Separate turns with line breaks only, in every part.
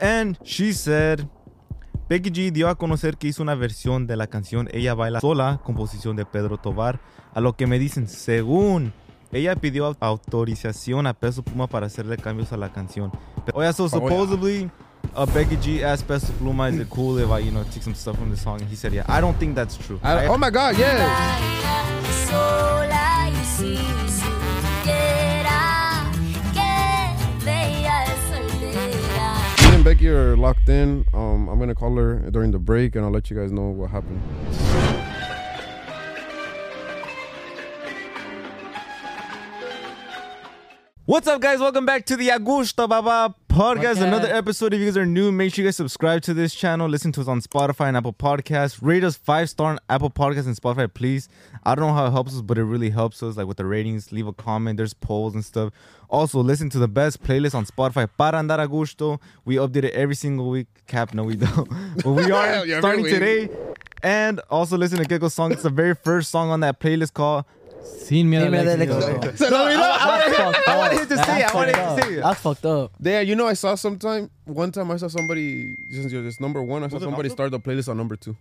And she said, Becky G dio a conocer que hizo una versión de la canción Ella baila sola, composición de Pedro Tobar, a lo que me dicen, según ella pidió au- autorización a Peso Pluma para hacerle cambios a la canción. Pero, oh yeah, so supposedly uh, Becky G asked Peso Pluma, is it cool if I, you know, take some stuff from the song? And he said, yeah. I don't think that's true.
I- oh my God, yeah.
sola y si supiera que bella es soltera.
Me and Becky are locked in. Um, I'm gonna call her during the break, and I'll let you guys know what happened.
What's up, guys? Welcome back to the Agusta Baba podcast. Another episode. If you guys are new, make sure you guys subscribe to this channel. Listen to us on Spotify and Apple Podcasts. Rate us five star on Apple Podcasts and Spotify, please. I don't know how it helps us, but it really helps us. Like with the ratings, leave a comment. There's polls and stuff. Also, listen to the best playlist on Spotify, Para Andar a Gusto. We update it every single week. Cap, no, we don't. but we are
Yeah, every
starting
week.
today. And also listen to Gecko's song. It's the very first song on that playlist called
Sin miedo,
Sin
al
miedo al
éxito.
éxito.
Se lo olvidó.
That's fucked
I
up.
wanted to
That's
say it. I wanted
fucked
to
up.
say it.
That's fucked up.
Damn, you know, I saw sometime, one time I saw somebody, just, just number one, I saw
Was it
somebody
Malzo?
start the playlist on number two.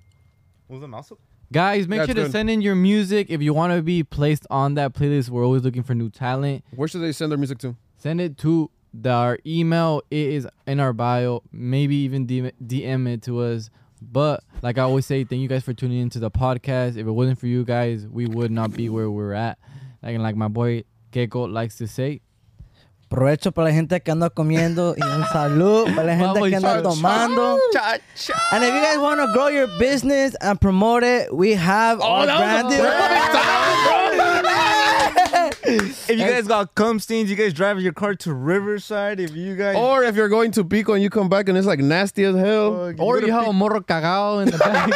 Was it Mouse?
Guys, make
Yeah,
sure
it's
to
good.
send in your music if you want to be placed on that playlist. We're always looking for new talent.
Where should they send their music to?
Send it to the, our email. It is in our bio. Maybe even DM, DM it to us. But like I always say, thank you guys for tuning into the podcast. If it wasn't for you guys, we would not be where we're at. Like and like my boy Keiko likes to say,
Provecho para la gente que anda comiendo y un salud para la gente
Vamos,
que
cha-
anda tomando. And if you guys want to grow your business and promote it, we have
Oh,
our brand new.
If you guys got cum stains, you guys driving your car to Riverside. If you guys,
Or if you're going to Pico and you come back and it's like nasty as hell,
or you have a morro cagado in the back.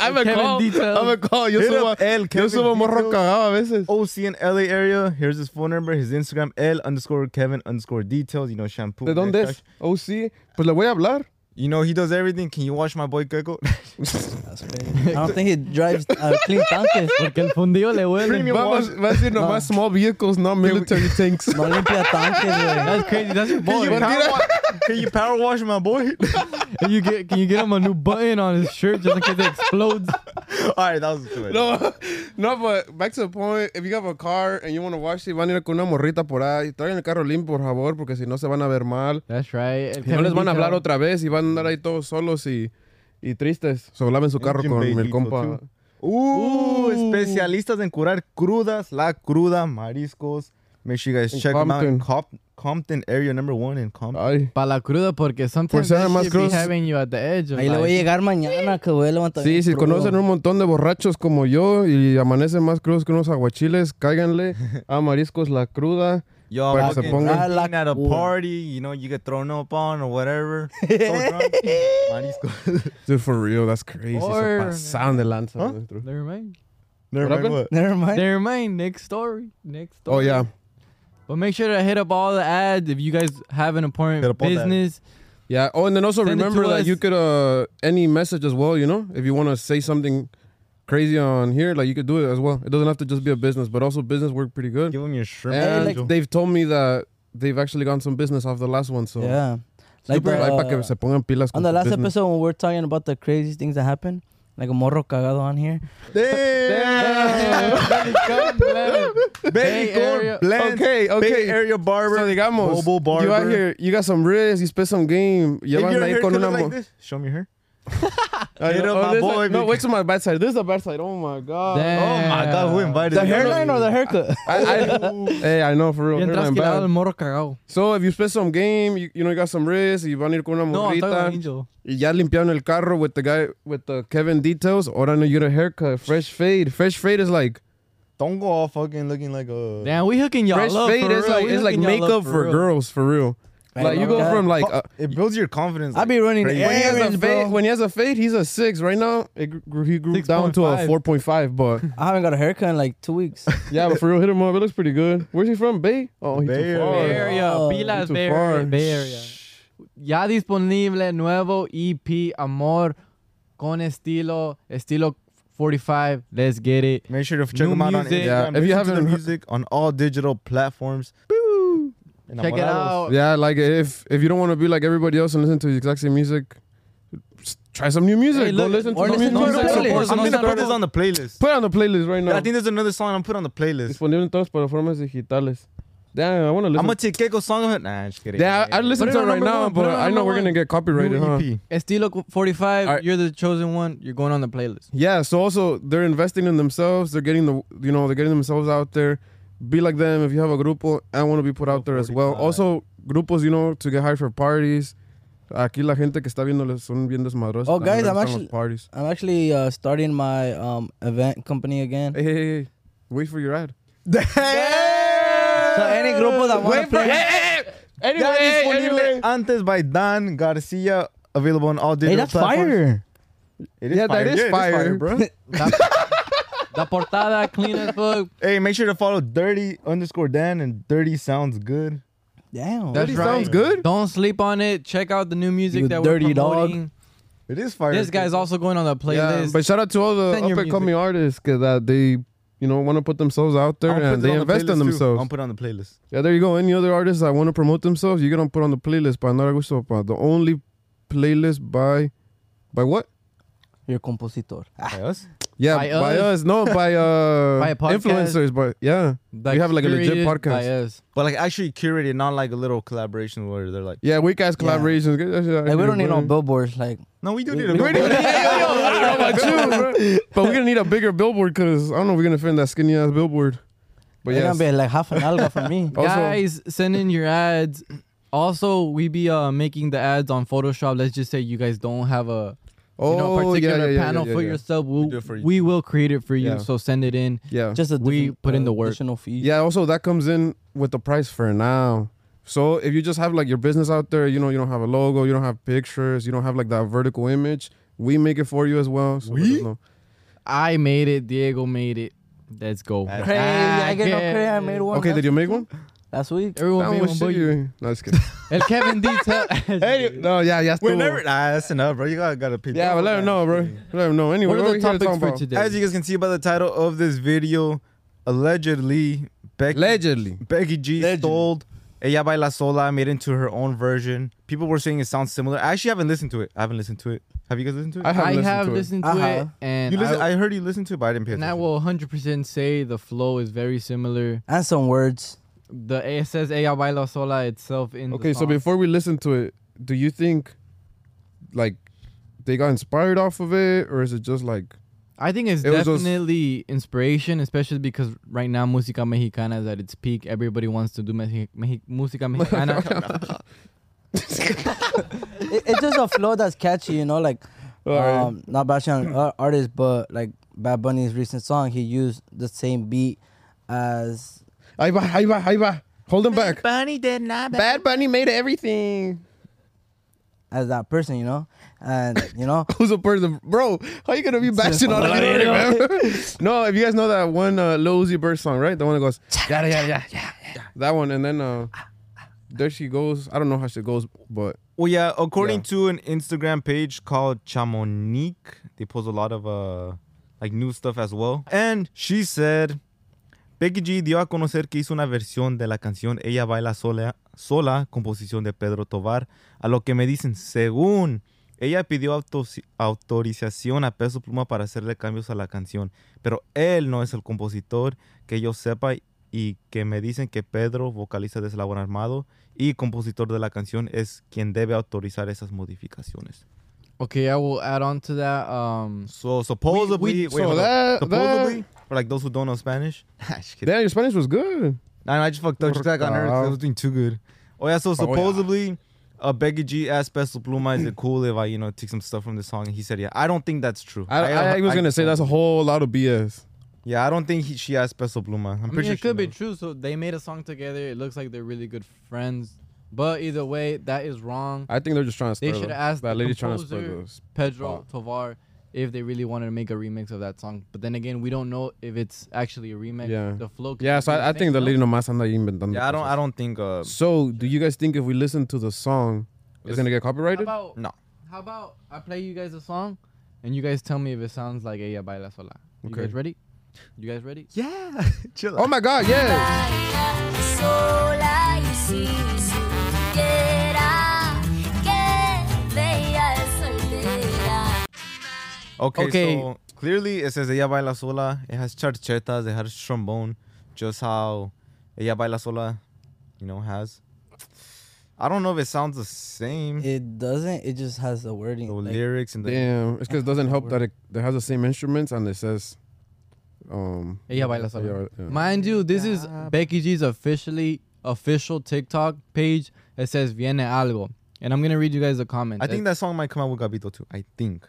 I'm a
Kevin
call.
Detail.
I'm a call. Yo
Hit
subo,
up El
yo
Kevin
subo morro
Detail.
cagado a veces.
OC in LA area, here's his phone number, his Instagram, L underscore Kevin underscore details. You know, shampoo.
¿De dónde es?
mustache.
OC. Pues le voy a hablar.
You know, he does everything. Can you watch my boy Gecko?
I don't think he drives uh, clean tanques.
Porque el fundido le huele.
Vamos, va a decir nomás small vehicles, not military tanks.
No limpia tanques, güey.
That's crazy. That's your
Can
boy.
you
man.
power wa- Can you power wash my boy?
Can you get can you get him a new button on his shirt just in case it explodes?
All right, that was good.
No, no, but back to the point. If you have a car and you want to wash it, van a ir con una morrita por ahí. Traigan el carro limpio, por favor, porque si no se van a ver mal.
That's right.
Y no les van a hablar otra vez y van a andar ahí todos solos y, y tristes. So, laven su carro
Engine
con
baitito,
el compa.
too. Uh, especialistas en curar crudas, la cruda, mariscos. Make sure you guys
In
check them out in
Compton.
Comp- Compton area number one in Compton.
Ay.
Para la cruda porque sometimes
si
that
nada más
shit be
cruz-
having you at the edge of
Ahí le voy
like,
a llegar mañana, que voy a levantar.
Sí, si
crudo.
conocen un montón de borrachos como yo y amanecen más crudos que unos aguachiles, cáiganle a mariscos la cruda.
Y'all
Para que se
fucking
pongan-
drinking
Ah, la
at a
cura.
party, you know, you get thrown up on or whatever. So drunk. Marisco.
Dude, for real, that's crazy. Se
Or-
pasaron de lanza.
Never mind.
Never mind
happened?
what.
Never mind.
Never mind. Next story. Next story.
Oh, yeah.
But make sure to hit up all the ads if you guys have an important
Hit up all the ads.
business.
Yeah. Oh, and then also
Send it
remember
to
that
us.
you could uh any message as well. You know, if you want to say something crazy on here, like you could do it as well. It doesn't have to just be a business, but also business work pretty good.
Give him your shrimp.
And
Angel.
they've told me that they've actually gotten some business off the last one. So
Yeah. Like
super
the,
hype pa' que
uh,
se pongan pilas con
on the
su
last
business.
episode when we were talking about the crazy things that happened, like a morro cagado on here.
Baby
Bay Area.
corn blend.
Okay, okay.
Bay Area barber.
So digamos,
Mobile barber.
you out here, you got some wrist, you spit some game.
If
You
your
van a
hair
ir con
could
una
look
mo-
like this, show me your hair.
I
Hit up
know. Oh,
my
this is-
boy,
No,
because-
wait till my bad side. This is the bad side. Oh my god.
Oh my god, who invited
The
you?
hairline or the haircut?
I, I, hey, I know for real.
Bien
hairline
trasquilado
bad.
el morro cagado.
So, if you spend some game, you, you know, you got some risk, you van a ir con una
No, I'm talking about
morrita,
Angel.
y ya limpiaron el carro with the guy, with the Kevin details, ahora no, you get a haircut, fresh fade. Fresh fade is like,
Don't go all fucking looking like a.
Damn, we hooking y'all
fresh
up.
fade
for
is
real.
like,
We
it's like
hooking y'all up
makeup for
real.
girls, for real. Like you go
God.
from like uh,
it builds your confidence.
I be running
crazy.
when he has
errands,
a fade,
bro.
when he has a fade, he's a six right now. It grew, he grew down to a
6.5.
four point five, but
I haven't got a haircut in like two weeks.
yeah, but for real, hit him up. It looks pretty good. Where's he from? Bay? Oh, he's
Bay
too
Bay
far.
Area,
Oh,
pilas,
too
Bay
far.
Area, Bay Area. Ya disponible nuevo EP Amor con estilo, estilo 45. Let's get it.
Make sure to check
New
them out on
music.
Instagram.
Yeah, if you
Listen to
haven't
their
heard-
music on all digital platforms. Woo!
Check it
Enamorados.
out.
Yeah, like if if you don't want to be like everybody else and listen to the exact same music, just try some new music.
Hey,
Go
look,
listen to
or
some
listen
new
No,
to Music
no,
music.
no,
support.
I'm gonna
Support.
put this on the playlist.
Put it on the playlist right now.
I think there's another song I'm put on the playlist.
disponible en todas plataformas digitales. Damn, I want to
I'm
listen.
gonna take Keiko's song. of it. Nah, I'm just kidding.
yeah, I, I listen
Put it
to it
on
right
number
now,
one, put
but
it on
I know
number
we're gonna
one. E
get copyrighted,
New
huh?
EP.
Estilo 45.
Alright.
You're the chosen one. You're going on the playlist.
Yeah, so also they're investing in themselves. They're getting the you know they're getting themselves out there. Be like them if you have a grupo. I want to be put out there as well.
45.
Also, grupos, you know, to get hired for parties. Aquí la gente que está viendo son bien desmadrosos.
Oh,
también
guys,
ahorita
I'm
en
actually-
los parties.
I'm actually uh, starting my um, event company again.
Hey, hey, hey, hey. wait for your ad.
So any grupo that want to play,
Ya disponible antes by Dan Garcia. Available on all
hey,
digital
that's
platforms.
fire.
It
Yeah, that is
Yeah, it
fire, bro.
La portada, clean as fuck.
Hey, make sure to follow Dirty underscore Dan and Dirty sounds good.
Damn.
That's
Dirty
right.
sounds good.
Don't sleep on it. Check out the new music
You
that
dirty
we're
dog.
promoting.
It is fire.
This guy's also going on the
Yeah,
playlist.
but shout out to all the
Send your
up and coming artists 'cause, uh, they you know want to put themselves out there
I'm gonna
and
put it
they
on the
invest in
playlist, too.
themselves.
I'm put it on the playlist.
Yeah, there you go. Any other artists that want to promote themselves, you get them put on the playlist by Nara Gusto Pa. The only playlist by by what?
Your compositor.
By us?
Yeah, by,
By
us.
us.
No, by uh
By a podcast.
influencers. But yeah,
Like,
we have like a legit
curated by
podcast.
us.
But like actually curated, not like a little collaboration where they're like,
Yeah, weak ass
Yeah.
collaborations. Get that shit out
Like, we
here,
don't need no
bro.
billboards. Like,
no, we do
We-
need a
we
billboard.
already-
I don't know about you, bro. But we're gonna need a bigger billboard because I don't know if we're gonna fit in that skinny ass billboard. But
it's
yeah,
gonna be like half an alga for me.
Oh,
Also-
Guys, send in your ads. Also, we be uh making the ads on Photoshop. Let's just say you guys don't have a
oh
you know, particular panel for
yeah.
yourself. We'll,
do it for you.
we will create it for you.
Yeah.
So send it in.
Yeah.
Just a
We
different,
put in
uh,
the work.
Additional fee.
Yeah, also that comes in with the price for now. So if you just have like your business out there, you know, you don't have a logo, you don't have pictures, you don't have like that vertical image, we make it for you as well. So let us
We?
know.
I made it. Diego made it. Let's go.
That's-
Crazy. I
Ah,
get no
yeah.
credit. I made one.
Okay,
last,
did you make one?
last week.
That
Everyone made
was
one, but
shit,
you.
you- No, just kidding.
El Kevin D. tell-
Any- no, yeah, yeah. estuvo.
Whenever, nah, that's enough, bro. You gotta gotta pick.
Yeah, but let them know, bro. Let them know. Anyway,
What are
we
the
here to
topics
talk
for
about?
today?
As you guys can see by the title of this video, allegedly Becky
Allegedly.
Becky G
Legend.
stole Ella Baila Sola, made it into her own version. People were saying it sounds similar. I actually haven't listened to it. I haven't listened to it. Have you guys listened to it?
I have
I
listened
have
to it.
listened to
Uh-huh.
it, and
you listen,
I,
I, heard you listened to it, but I didn't pay
and
attention.
I will 100% say the flow is very similar.
And some words.
The it says "Ella baila sola" itself in. the
Okay, so
song.
before we listen to it, do you think like they got inspired off of it, or is it just like
I think it's
It was those-
definitely inspiration, especially because right now música mexicana is at its peak. Everybody wants to do Mexi- Mexi- música mexicana.
it, it's just a flow that's catchy, you know, like
Alright.
um, not bashing on ar- artists, but like Bad Bunny's recent song, he used the same beat as
Ahí va, ahí va, ahí va. Hold him back.
Bunny did not.
Bad Bunny made everything.
as that person, you know, and you know,
Who's a person, bro? How you gonna be bashing on it, man? no, if you guys know that one uh, Lil Uzi Bird song, right? The one that goes, yeah, yeah, yeah, yeah, yeah. That one, and then uh, there she goes. I don't know how she goes, but
Well, yeah. According
Yeah.
to an Instagram page called Chamonique, they post a lot of uh like new stuff as well. And she said, Becky G dio a conocer que hizo una versión de la canción Ella baila sola, sola, composición de Pedro Tovar. A lo que me dicen, según ella pidió autosi- autorización a Peso Pluma para hacerle cambios a la canción, pero él no es el compositor que yo sepa y que me dicen que Pedro, vocalista de Eslabón Armado, y compositor de la canción es quien debe autorizar esas modificaciones.
okay, I will add on to that. Um,
So supposedly,
so
hold up.
that-
supposedly for like those who don't know Spanish. Nah,
damn, your Spanish was good.
I just fucked up. Just like on her, 'cause I
Wow.
was doing too good. Oh yeah, so
yeah.
supposedly. Uh, Becky G asked Peso Pluma, "Is it cool if I, you know, take some stuff from the song?" And he said, "Yeah." I don't think that's true.
I,
uh,
I, was gonna say that's a whole lot of BS.
Yeah, I don't think he, she asked Peso Pluma. I'm
I
pretty
mean,
sure
it could
she
be
knows.
true. So they made a song together. It looks like they're really good friends. But either way, that is wrong.
I think they're just trying to
They
spur
should
them.
ask
that
the
lady trying to spur
composer,
those.
Pedro Tovar if they really wanted to make a remix of that song. But then again, we don't know if it's actually a remix.
Yeah.
The flow. could
Yeah,
be
so
the
I, I
same,
think the
no?
lady nomás anda inventando.
Yeah, I don't.
cosas.
I don't think. Uh,
So, do you guys think if we listen to the song, it's gonna get
How
copyrighted?
about
no.
How about I play you guys a song, and you guys tell me if it sounds like Ella Baila Sola. You
Okay.
guys ready? You guys ready?
Yeah. Chill
Oh
out.
my God! Yeah.
Baila sola y si supiera que bella es soltera.
Oh, Okay,
Okay.
so clearly it says Ella Baila Sola. It has charchetas, it has trombone, just how Ella Baila Sola, you know, has. I don't know if it sounds the same.
It doesn't. It just has the wording.
the
like-
Oh, lyrics and the.
Damn, it's because it doesn't help that it, that has the same instruments and it says, um,
Ella Baila Sola.
Ella- yeah.
Mind you, this is Becky G's officially official TikTok page. It says Viene algo, and I'm gonna read you guys the comments.
I think that song might come out with Gabito too. I think.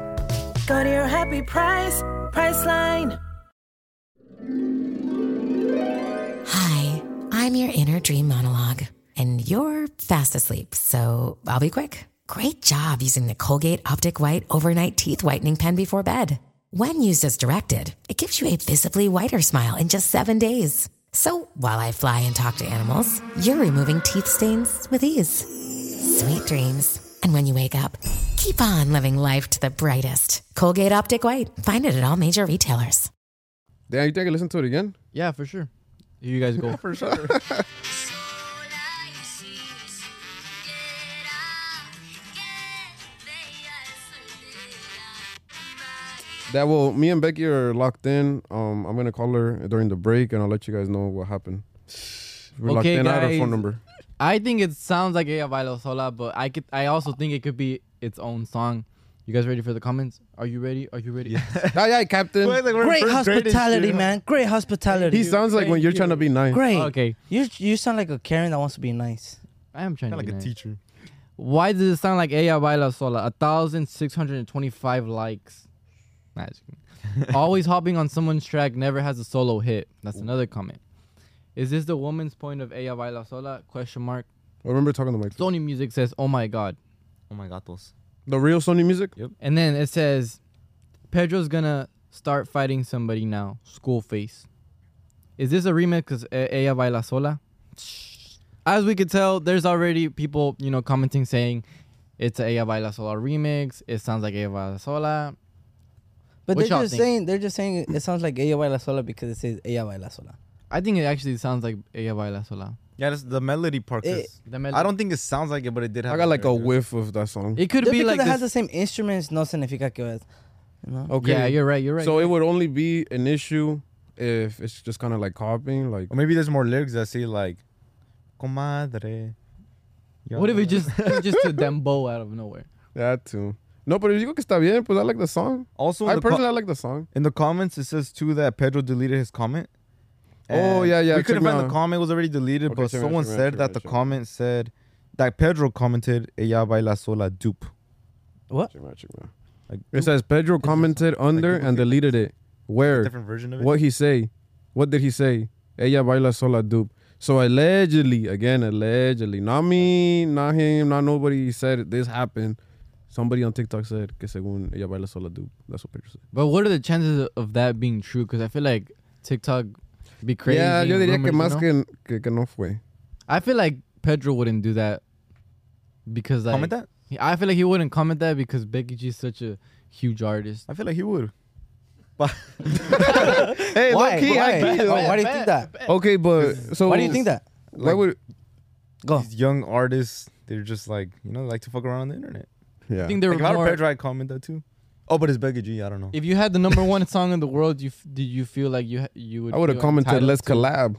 Go to your happy price, Priceline.
Hi, I'm your inner dream monologue, and you're fast asleep, so I'll be quick. Great job using the Colgate Optic White Overnight Teeth Whitening Pen before bed. When used as directed, it gives you a visibly whiter smile in just seven days. So while I fly and talk to animals, you're removing teeth stains with ease. Sweet dreams. And when you wake up, keep on living life to the brightest. Colgate Optic White. Find it at all major retailers.
Damn, you think I can listen to it again?
Yeah, for sure. You guys go.
For sure.
Sola y si supiera que bella es soltera.
that will. Me and Becky are locked in. Um, I'm gonna call her during the break and I'll let you guys know what happened. We're locked
Okay,
in. I have her
guys.
phone number.
I think it sounds like Ella Baila Sola, but I could. I also think it could be its own song. You guys ready for the comments? Are you ready? Are you ready?
Aye, aye, Captain.
Great hospitality, man. Great hospitality.
He sounds like when you're trying to be nice.
great.
Okay.
You you sound like a Karen that wants to be nice.
I am trying
Kinda like
to be
a
nice.
teacher.
Why does it sound like Ella Baila Sola? 1,625 likes. Nah, just kidding. Always hopping on someone's track, never has a solo hit. That's another comment. Is this the woman's point of Ella Baila Sola? Question mark.
I remember talking to Mike.
Sony Music says, oh my god.
Oh my gatos.
The real Sony music.
And then it says, Pedro's gonna start fighting somebody now. School face. Is this a remix? Cause eh, ella baila sola. As we could tell, there's already people, you know, commenting saying it's a ella baila sola remix. It sounds like ella baila sola.
But
What
they're
y'all
just
think?
saying they're just saying it sounds like ella baila sola because it says ella baila sola.
I think it actually sounds like ella baila sola.
Yeah, that's the melody part. 'cause
It-
The melody-
I don't think it sounds like it, but it did have.
I got like a
melody.
whiff of that song.
It could
Just
be
because
like
it has the
this-
same instruments, no significa que es.
Okay.
Yeah, you're right. You're right.
So it would only be an issue if it's just kind of like copying, like
Or maybe there's more lyrics that say like, comadre.
what if it just it just a dembo out of nowhere?
that too. No, but if you que está bien, pues I like the song.
Also, in
I
the co-
personally I like the song.
In the comments, it says too that Pedro deleted his comment.
Oh,
And
yeah, yeah,
We
check
couldn't
me
find the
out.
comment; it was already deleted.
Okay,
but
check me out,
someone
check me out,
said
check me
that
out,
the
check me out.
comment said that Pedro commented "Ella baila sola" dupe.
What?
Check me out, check me out.
Like,
It says Pedro commented under
Google
and deleted it. Where?
different version of it.
What he say? What did he say? Ella baila sola dupe. So allegedly, again allegedly, not me, not him, not nobody said it. this happened. Somebody on TikTok said que según ella baila sola dupe. That's what Pedro said.
But what are the chances of that being true? Because I feel like TikTok be crazy.
yeah, yo diría que
rumors, you
más
know?
que, que, que no fue.
I feel like Pedro wouldn't do that because like,
Comment that?
He- I feel like he wouldn't comment that because Becky G is such a huge artist.
I feel like he would. But
Hey,
Why?
low-key,
Why?
high-key, though.
Why, why do you think that?
Okay, but so
Why do you think that?
Why would?
Go.
these young artists, they're just like you know, they like to fuck around on the internet.
Yeah.
I think there
Like, if
were
I were
more.
Pedro, I'd comment that too. Oh, but it's Becky G. I don't know.
if you had the number one song in the world, you f- did you feel like you ha- you would?
I would have
feel
commented,
entitled
"Let's
to-
collab."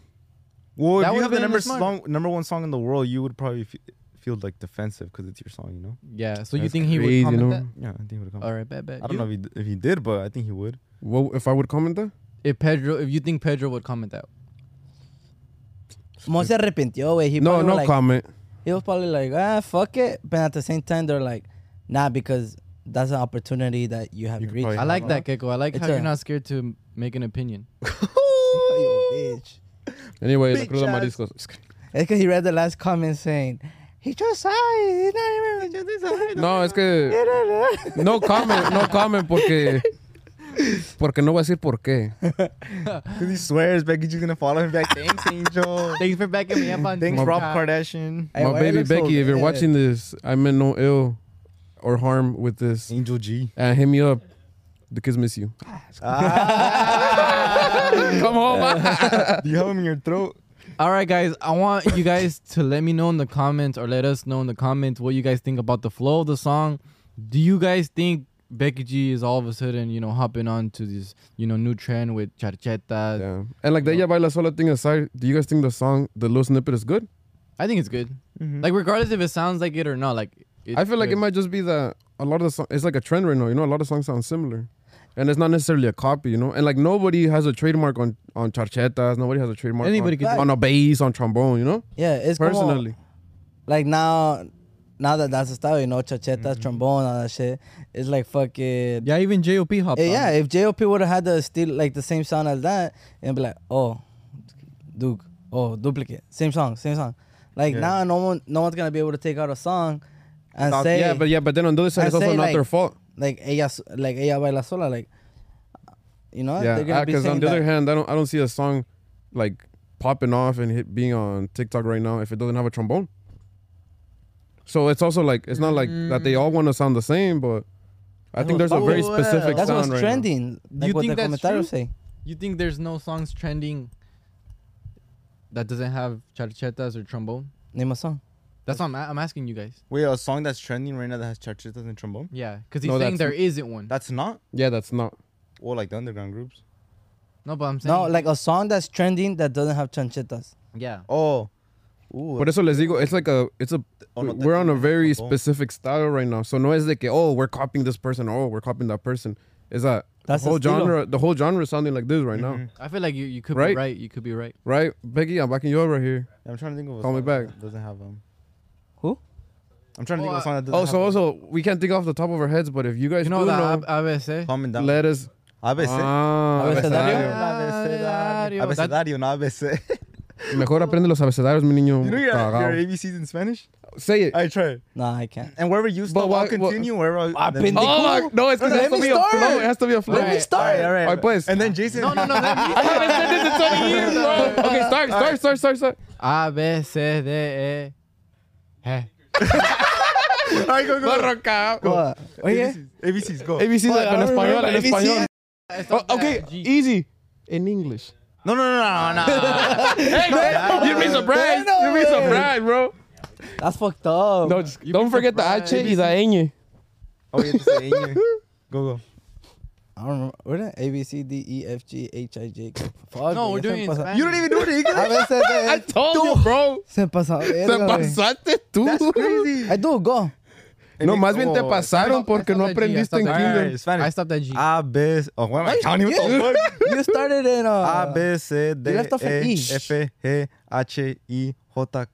Well, if
That
you
would've
have the
been
number
smart.
song, number one song in the world, you would probably f- feel like defensive because it's your song, you know?
Yeah. So you
That's
think he
crazy,
would comment
no?
that?
Yeah, I think he would come.
All right, bet, bet.
I don't know if he, if he did, but I think he would.
What if I would comment that?
if Pedro, if you think Pedro would comment that.
Mo se arrepintió, güey. He
No,
probably
no
was like,
comment.
He was probably like, ah, fuck it. But at the same time, they're like, nah, because that's an opportunity that you haven't reached.
probably
I like that, Keiko. I like
It's
how you're
a-
not scared to m- make an opinion.
Oh, you bitch.
Anyway, la cruda mariscos. Just kidding.
It's because he read the last comment saying, he just saw it. He's not even.
No, es que no comment, no comment porque porque no voy a decir por qué.
Because he swears Becky G's gonna follow him back. Thanks, Angel.
Thanks for backing me up on
Thanks,
TikTok.
Rob Kardashian.
Hey,
My
why it
baby
looks so
Becky, if you're
red?
watching this, I meant no ill or harm with this.
Angel G.
And hit me up. The kids miss you. Come home.
Do you have him in your throat?
All right, guys. I want you guys to let me know in the comments or let us know in the comments what you guys think about the flow of the song. Do you guys think Becky G is all of a sudden, you know, hopping on to this, you know, new trend with charcheta?
Yeah. And like the Ya Baila Sola thing aside, do you guys think the song, the little snippet is good?
I think it's good. Like regardless if it sounds like it or not, like it's
I feel like it
good.
might just be that a lot of the song, it's like a trend right now. You know, a lot of songs sound similar, and it's not necessarily a copy. You know, and like nobody has a trademark on on charchetas. Nobody has a trademark.
Anybody
on,
can do
on a bass, on trombone. You know,
Yeah, it's como-
personally,
like now, now that that's the style, you know, chachetas,
Mm-hmm.
trombone, all that shit. It's like fucking.
Yeah, even JOP hopped
Eh,
on.
yeah, if JOP would have had the still like the same sound as that, and be like, oh, Duke, oh, duplicate, same song, same song. Like now, no one, no one's gonna be able to take out a song and say,
yeah. But yeah, but then on the other side,
I
it's also
say,
not their
like-
fault.
like ella, s- like ella baila sola, like, you know, they're
Yeah,
gonna be
because on
saying
the other
that.
hand, I don't I don't see a song like popping off and hit being on TikTok right now if it doesn't have a trombone. So it's also like it's not like that
Mm.
they all want to sound the same, but I think
That's
there's a
what-
very specific
Oh, That's
sound
what's
right now.
trending. Like
You
what
think
the
that's
comentarios
true?
say.
You think there's no songs trending that doesn't have charchetas or trombone?
Name a song.
That's what I'm, a- I'm asking you guys.
Wait, a song that's trending right now that has charchetas and trombone?
Yeah, because he's
No,
saying
that's-
there isn't one.
That's not.
Yeah, that's not.
Or like the underground groups.
No, but I'm saying
No, like a song that's trending that doesn't have chanchetas.
yeah.
Oh. Ooh.
Por eso les digo, it's like a it's a
Oh, no,
we're on a
that's-
very
trombone.
specific style right now. So no es de que oh we're copying this person or oh we're copying that person. Is that
That's
the
the
whole
estilo.
genre? The whole genre is sounding like this right now,
I feel like you, you could be
Right?
right. You could be right.
right? Becky, I'm backing you up right here.
I'm trying to think of a
Call me
song
back.
that doesn't have um.
Who?
I'm trying to think of
Oh,
a song that doesn't
Oh,
have
so
um,
also we can't think off the top of our heads, but if you guys
You know
do
that
know,
ab- ABC?
Comment down.
let us
ABC.
Ah,
Abecedario.
Abecedario.
Abecedario. Abecedario, no ABC.
Mejor aprende los abecedarios, mi niño.
You know your,
Cagao.
your ABCs in Spanish?
Say it.
I try it.
Nah, I can't.
And wherever you stop,
why-
I'll continue. Wherever I,
pendejo.
oh, no, it's because it has to
Let me
be a
start.
flow. It has to be a flow.
Let me
Alright.
start.
All right, all
Alright, pues.
And then Jason.
No, no, no. let me-
I haven't said this in 20 years, bro. Okay, start, start, start, start, start.
A B C D E. Hey.
all right, go, go. go.
Perro, cabrón.
What? Oye,
ABCs, ABCs, go.
ABC en español, en español.
Oh,
Okay, easy. In English.
No, no, no, no, no.
Hey, man, you'd be surprised.
No
You'd be
way.
surprised, bro.
that's fucked up.
No, just- don't forget the H y the ñ.
oh, you have to say English. Go, go.
I don't remember. What is it? A B C D E F G H I J. K. Fuck.
No, we're doing it in Spanish.
You don't even do it in
A
English?
veces
I
de-
told you, bro.
se pasa.
Te
verga, güey.
pasaste tú.
That's crazy.
I do go.
No, más bien te
Oh,
pasaron porque no
I stopped at
aprendiste
G, I
en
stopped at G.
kinder.
Alright, Spanish.
I stopped at G.
A, B, C. Oh, what am I counting? What the fuck?
You started in uh,
A B C D
you left off an
E
E.
F G H I J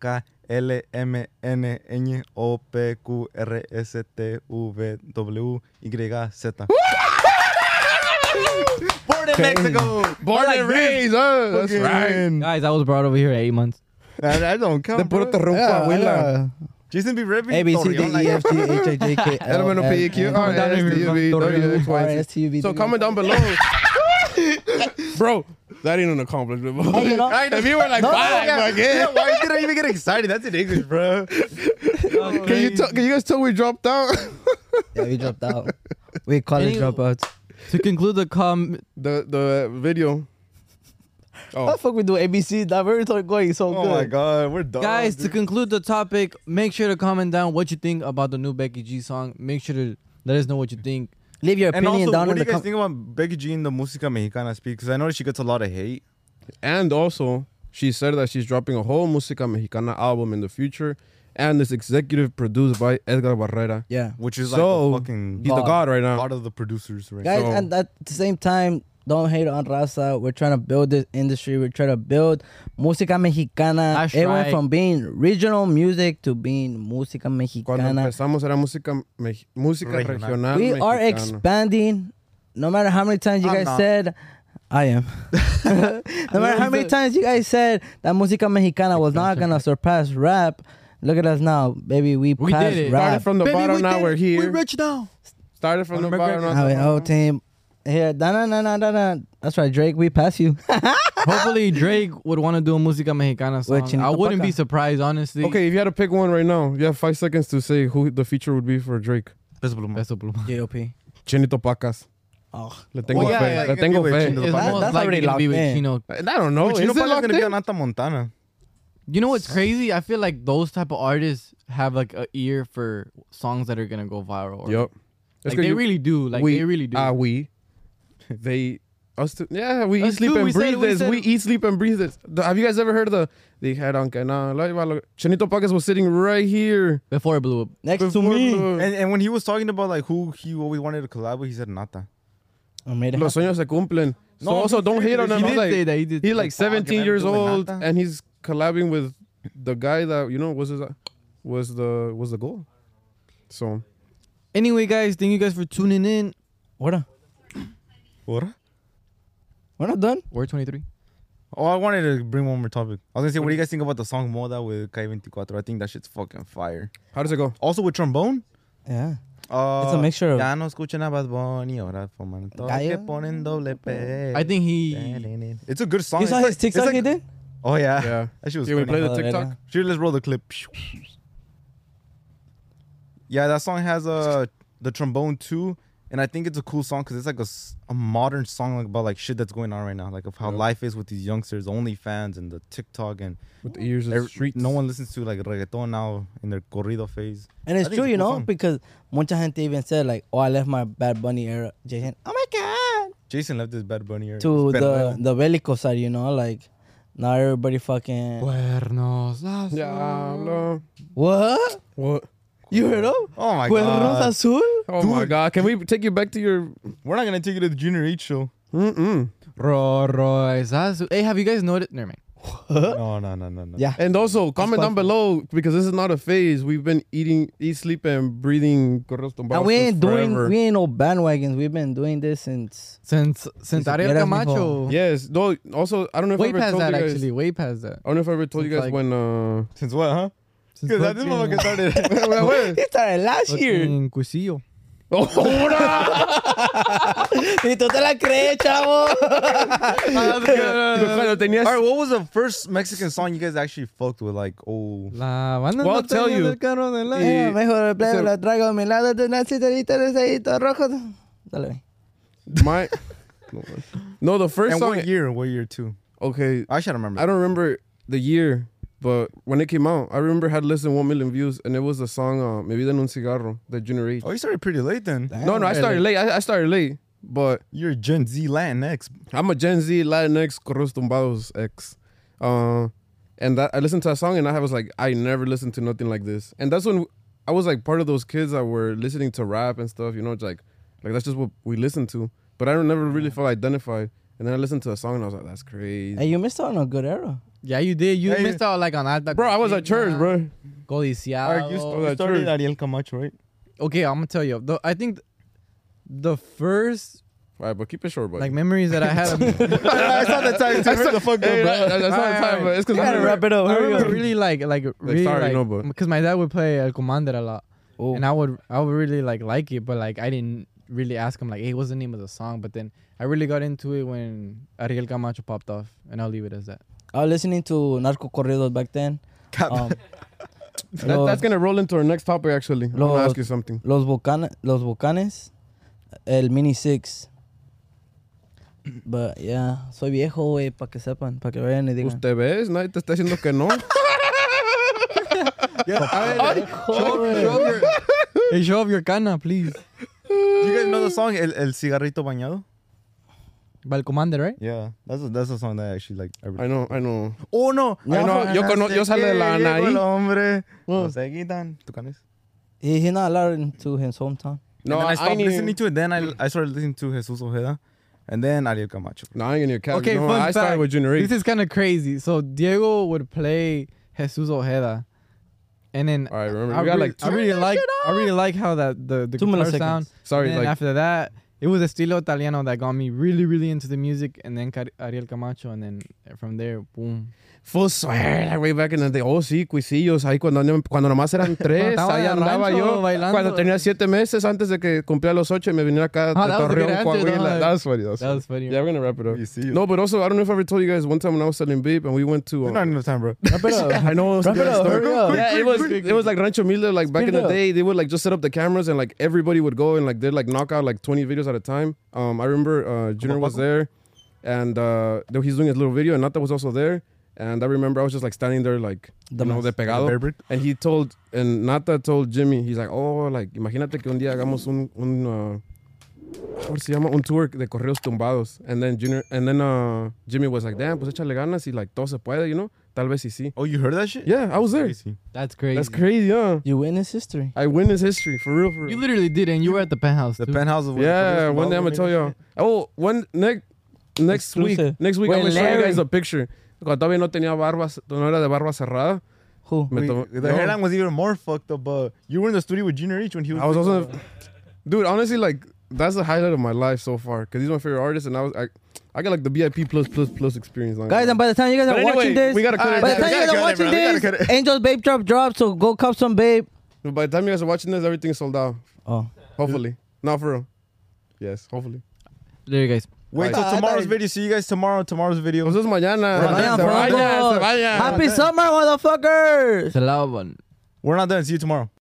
K L M N N O P Q R S T V W Y Z. Born in Mexico.
Born
Like
and
this.
raised, huh? That's right.
Fucking-
Guys, I was brought over here at eight months.
Man, I don't count.
De puro
bro.
te ronco, abuela.
Jason be ripping.
A B C D E F G H I J K L
Elemento
M,
PQ,
N,
E R, S, T, U, V, W, X,
R,
Y,
S,
Z.
T, U, V,
So
W.
comment down below. Bro, that ain't an accomplishment. bro.
you know-
Right, if you were like five,
yeah,
like, yeah.
yeah, why did I even get excited? That's in English, bro.
Can you tell? Can you guys tell we dropped out?
Yeah, we dropped out. We college
Anyway.
dropouts.
To conclude the com,
the the video.
How the fuck we do A B C? That we're so going so
Oh
good.
my god, we're done.
guys, to
dude.
conclude the topic, make sure to comment down what you think about the new Becky G song. Make sure to let us know what you think.
Leave your
and
opinion
also,
down
what
in
do you
the
guys
comments.
think about Becky G in the Musica Mexicana speak? Because I know she gets a lot of hate.
And also, she said that she's dropping a whole Musica Mexicana album in the future. and it's executive produced by Edgar Barrera.
Yeah.
which is
So,
like the fucking
he's the god right now.
god of the producers right
guys
now.
and at the same time don't hate on raza we're trying to build this industry we're trying to build musica mexicana
That's
it went
right.
from being regional music to being musica
Cuando
mexicana
empezamos era música mej- música
Regional.
regional.
we are
mexicana.
expanding no matter how many times you
I'm
guys
not.
said I am. no matter how many times you guys said that música mexicana was not gonna surpass rap, look at us now, baby. We,
We
passed
did it.
Started
rap.
from the bottom, now we're here.
now.
Started from the
Wanna make
bottom, now
All right,
we're
oh team, here, da na na na na na. That's right, Drake. We pass you.
Hopefully Drake would want to do a música mexicana
With
song. I
Chinito
wouldn't be
Paca.
surprised, honestly.
Okay, if you had to pick one right now, you have five seconds to say who the feature would be for Drake.
Peso Pluma.
Peso Pluma.
GOP.
Chinito Pacas.
Oh,
Le tengo
Well, yeah,
fe.
yeah,
Le
it could
tengo
be with
fe.
Chino
It's
That-
most
that's
likely
already
to be
locked
with
in.
Chino.
I don't
Chino
know. Is it
Paca's
locked
gonna be
in?
on Nata Montana.
You know what's crazy? I feel like those type of artists have like a ear for songs that are gonna go viral. Or,
Yup. It's
Like,
'cause
they
you-
really do. Like
we
they really do.
Ah, we. They. Us too. Yeah, we
Us
eat, sleep,
too,
and
we said
breathe
it, we
this.
said
We
it.
eat, sleep, and breathe this. The- have you guys ever heard of the? They had on canal. Chinito Pacas was sitting right here.
Before it blew up.
next to
Before
me.
the-
And, and when he was talking about like who he always wanted to collab with, he said Nata.
I made it
Los
happen.
sueños se cumplen. So
No,
also
he
don't hate on
did
him. He's like,
say that. He did.
he's
say
like
that.
can
17
I
years
do it
old
nata?
and he's collabing with the guy that you know was his, was the was the goal. So
Anyway, guys, thank you guys for tuning in.
What? a-
What?
We're not done.
We're 23.
Oh, I wanted to bring one more topic. I was gonna say, what do you guys think about the song Moda with Kai 24? I think that shit's fucking fire.
how does it go?
Also with trombone.
Yeah.
Uh,
It's a mixture of-
Ya no escuchan a Bad Bunny, ahora fuman todo que
Gallo.
ponen doble P.
I think he.
It's a good song.
You
It's
saw
like-
his
Oh, it's
TikTok
like-
he did?
Oh, yeah.
Yeah.
That shit was
Can we
funny.
play the
Oh, there it
TikTok?
is.
Sure, let's roll the clip. Yeah, that song has uh, the trombone too, and I think it's a cool song because it's like a, s- a modern song like, about like shit that's going on right now, like of how life is with these youngsters, OnlyFans, and the TikTok, and
With the ears of the
every-
streets.
no one listens to like reggaeton now in their corrido phase.
And
I
it's
think
true,
a
you
cool
know,
song.
because mucha gente even said like, "Oh, I left my Bad Bunny era." Jason, oh my god,
Jason left his Bad Bunny here.
to
Bad
the
Bunny.
the relico side, you know, like now everybody fucking
Cuernos. las-
Diablo.
what?
What?
You heard of?
Oh my
Cuernos
god!
azul.
Oh my god! Can we take you back to your?
We're not gonna take you to the Junior H show.
Mm-mm.
Ro- ro- es azul. Hey, have you guys noticed? Never mind.
No, no, no, no, no.
Yeah.
And also comment down
fun.
below because this is not a phase. We've been eating, eat, sleep, and breathing. Correos
And Ah, we ain't doing
forever.
we ain't no bandwagons. We've been doing this since
Since since
Si
Ariel
supieras,
Camacho.
mijo.
Yes. Though also, I don't know if
Way
I ever
past
told
that,
you guys.
actually. Way past that.
I don't know if I ever told you
Since,
guys
like-
when. uh
Since what, huh?
Since
Because this
fucking-
motherfucker started.
when I went.
it started last year.
fucking Cusillo.
Oh, hold on.
Y tú te la crees, chavo.
Cuando tenías-
All right, what was the first Mexican song you guys actually fucked with? Like, oh,
La banda
Well, I'll
norteña
tell you.
del carro de la-
Eh, mejor el
ese-
plebe lo traigo a mi lado de una citarita de sellitos rojos. Dale, güey.
My no, the first
and
song.
what year? What year too?
Okay,
I should remember.
I don't remember the year, but when it came out, I remember it had less than one million views, and it was the song uh, "Mi vida en un cigarro" that Junior H.
Oh, you started pretty late then.
no, no, I started late. I, I started late, but
You're Gen Z Latinx.
I'm a Gen Z Latinx corros tumbados ex. Uh, and that, I listened to that song, and I was like, I never listened to nothing like this. And that's when I was like part of those kids that were listening to rap and stuff. You know, it's like, like that's just what we listened to. But I don't never really felt identified. And then I listened to a song, and I was like, that's crazy.
Hey, you missed out on a good era.
Yeah, you did. You
Hey.
missed out like on Alta
Bro, I was at church,
Cocina,
bro.
Codiciado.
Oh,
that started true.
Ariel Camacho, right?
okay, I'm gonna tell you. The, I think the first
All right, but keep it short, buddy.
like memories that I had.
I saw the time. I heard the fuck
Hey,
up, bro.
that- that's not the
Alright,
time,
alright.
but it's because
You gotta wrap it up.
I
Hurry
remember
up.
really like like really
sorry,
like
no, but-
because my dad would play El Commander a lot,
Oh.
and I would I would really like like it, but like I didn't really ask him like, hey, what's the name of the song? But then I really got into it when Ariel Camacho popped off, and I'll leave it as that.
I was listening to Narco Corridos back then. Um,
That, that's gonna roll into our next topic. Actually, I'm gonna
Lord.
ask you something.
Los, Volcana, Los Volcanes, el Mini Six. But yeah, soy viejo, güey, para que sepan, para que vayan y digan.
Usted ves, nadie te está diciendo que no.
hey, show off your cana, please.
Do you guys know the song El, El Cigarrito Bañado?
By El Commander, right?
Yeah, that's a, that's a song that I actually like. I really-
I know, I know.
Oh no,
I know, yo cono- yo sale de la
Llegó el
Anaí.
hombre.
Well-
No se quitan. ¿Tú conoces?
He he not allowed into his hometown.
and then
No,
I
I,
stopped
ain't
listening
even,
to it. Then I, I started listening to Jesus Ojeda, and then Ariel Camacho.
no, I ain't in your cat.
Okay,
no,
fun
I started
fact.
with Junior
This is kind of crazy. So Diego would play Jesus Ojeda, and then
All right, remember,
I
we got
really,
like
I really like I really like how that the the
Two
guitar
milliseconds.
sound.
Sorry,
And then
like-
after that, it was Estilo Italiano that got me really really into the music, and then Car- Ariel Camacho, and then from there, boom.
Full swear, like way back in the day. Oh, sí, cuisillos. Ahí cuando, cuando nomás eran tres,
Cuando estaba
ahí
en el
andaba
rancho
yo.
bailando.
Cuando tenía siete meses antes de que cumplía los ocho y me viniera acá
Ah,
de
that was a good
Torreón,
answer,
Coahuila.
dog.
That was funny. That was,
That was funny.
Yeah, we're going to wrap it up.
Cuisillos.
No, but also, I don't know if I ever told you guys, one time when I was selling beep and we went to...
We're
uh,
not enough time, bro.
I know. It was a good
up,
story.
hurry up.
Yeah, it was it was like Rancho Mila. Like back in
Speed
the
it up.
day, they would like just set up the cameras and like everybody would go and like they'd like knock out like twenty videos at a time. Um, I remember uh, Junior was there, and uh, though he's doing his little video, and Nata was also there. And I remember I was just like standing there, like you know, de
Bear
pegado.
Brook.
And he told, and Nata told Jimmy, he's like, oh, like imagínate que un día hagamos un un uh, ¿cómo se llama? Un tour de correos tumbados. And then Junior, and then uh, Jimmy was like, damn, pues échale ganas y like todo se puede, you know, tal vez y sí.
Oh, you heard that shit?
Yeah, I was there.
Crazy.
That's crazy.
That's crazy, huh?
You witness history.
I witnessed history for real, for
You
real.
literally did, and you were at the penthouse.
The
too.
penthouse of
Yeah, one day I'm gonna tell y'all. Oh, one next next week,
Exclusive.
next week I'm gonna
Wait,
show you
Larry.
guys a picture. Cuando todavía no tenía barba, no era de barba cerrada.
Who?
me
We,
tomó-
the
no.
hairline was even more fucked up. But you were in the studio with Junior H when he was.
I was also, dude. Honestly, like that's the highlight of my life so far because he's my favorite artist, and I was I, I got like the VIP plus plus plus experience. Like,
Guys, and by the time you guys are
But anyway,
watching this,
we gotta cut it
by
down.
the time
We
you guys
gotta
are
cut it, bro.
watching
We gotta cut
this,
it.
Angel's Babe Drop dropped, so go cop some Babe.
by the time you guys are watching this, everything's sold out.
Oh.
Hopefully, not for real. Yes, hopefully.
There you guys.
Wait till
I- I
tomorrow's
thought-
video. See you guys tomorrow. Tomorrow's video.
Nos vemos mañana.
Mañana,
Se vayan,
pronto.
se vayan.
Happy summer, motherfuckers!
It's a loud one.
We're not done. See you tomorrow.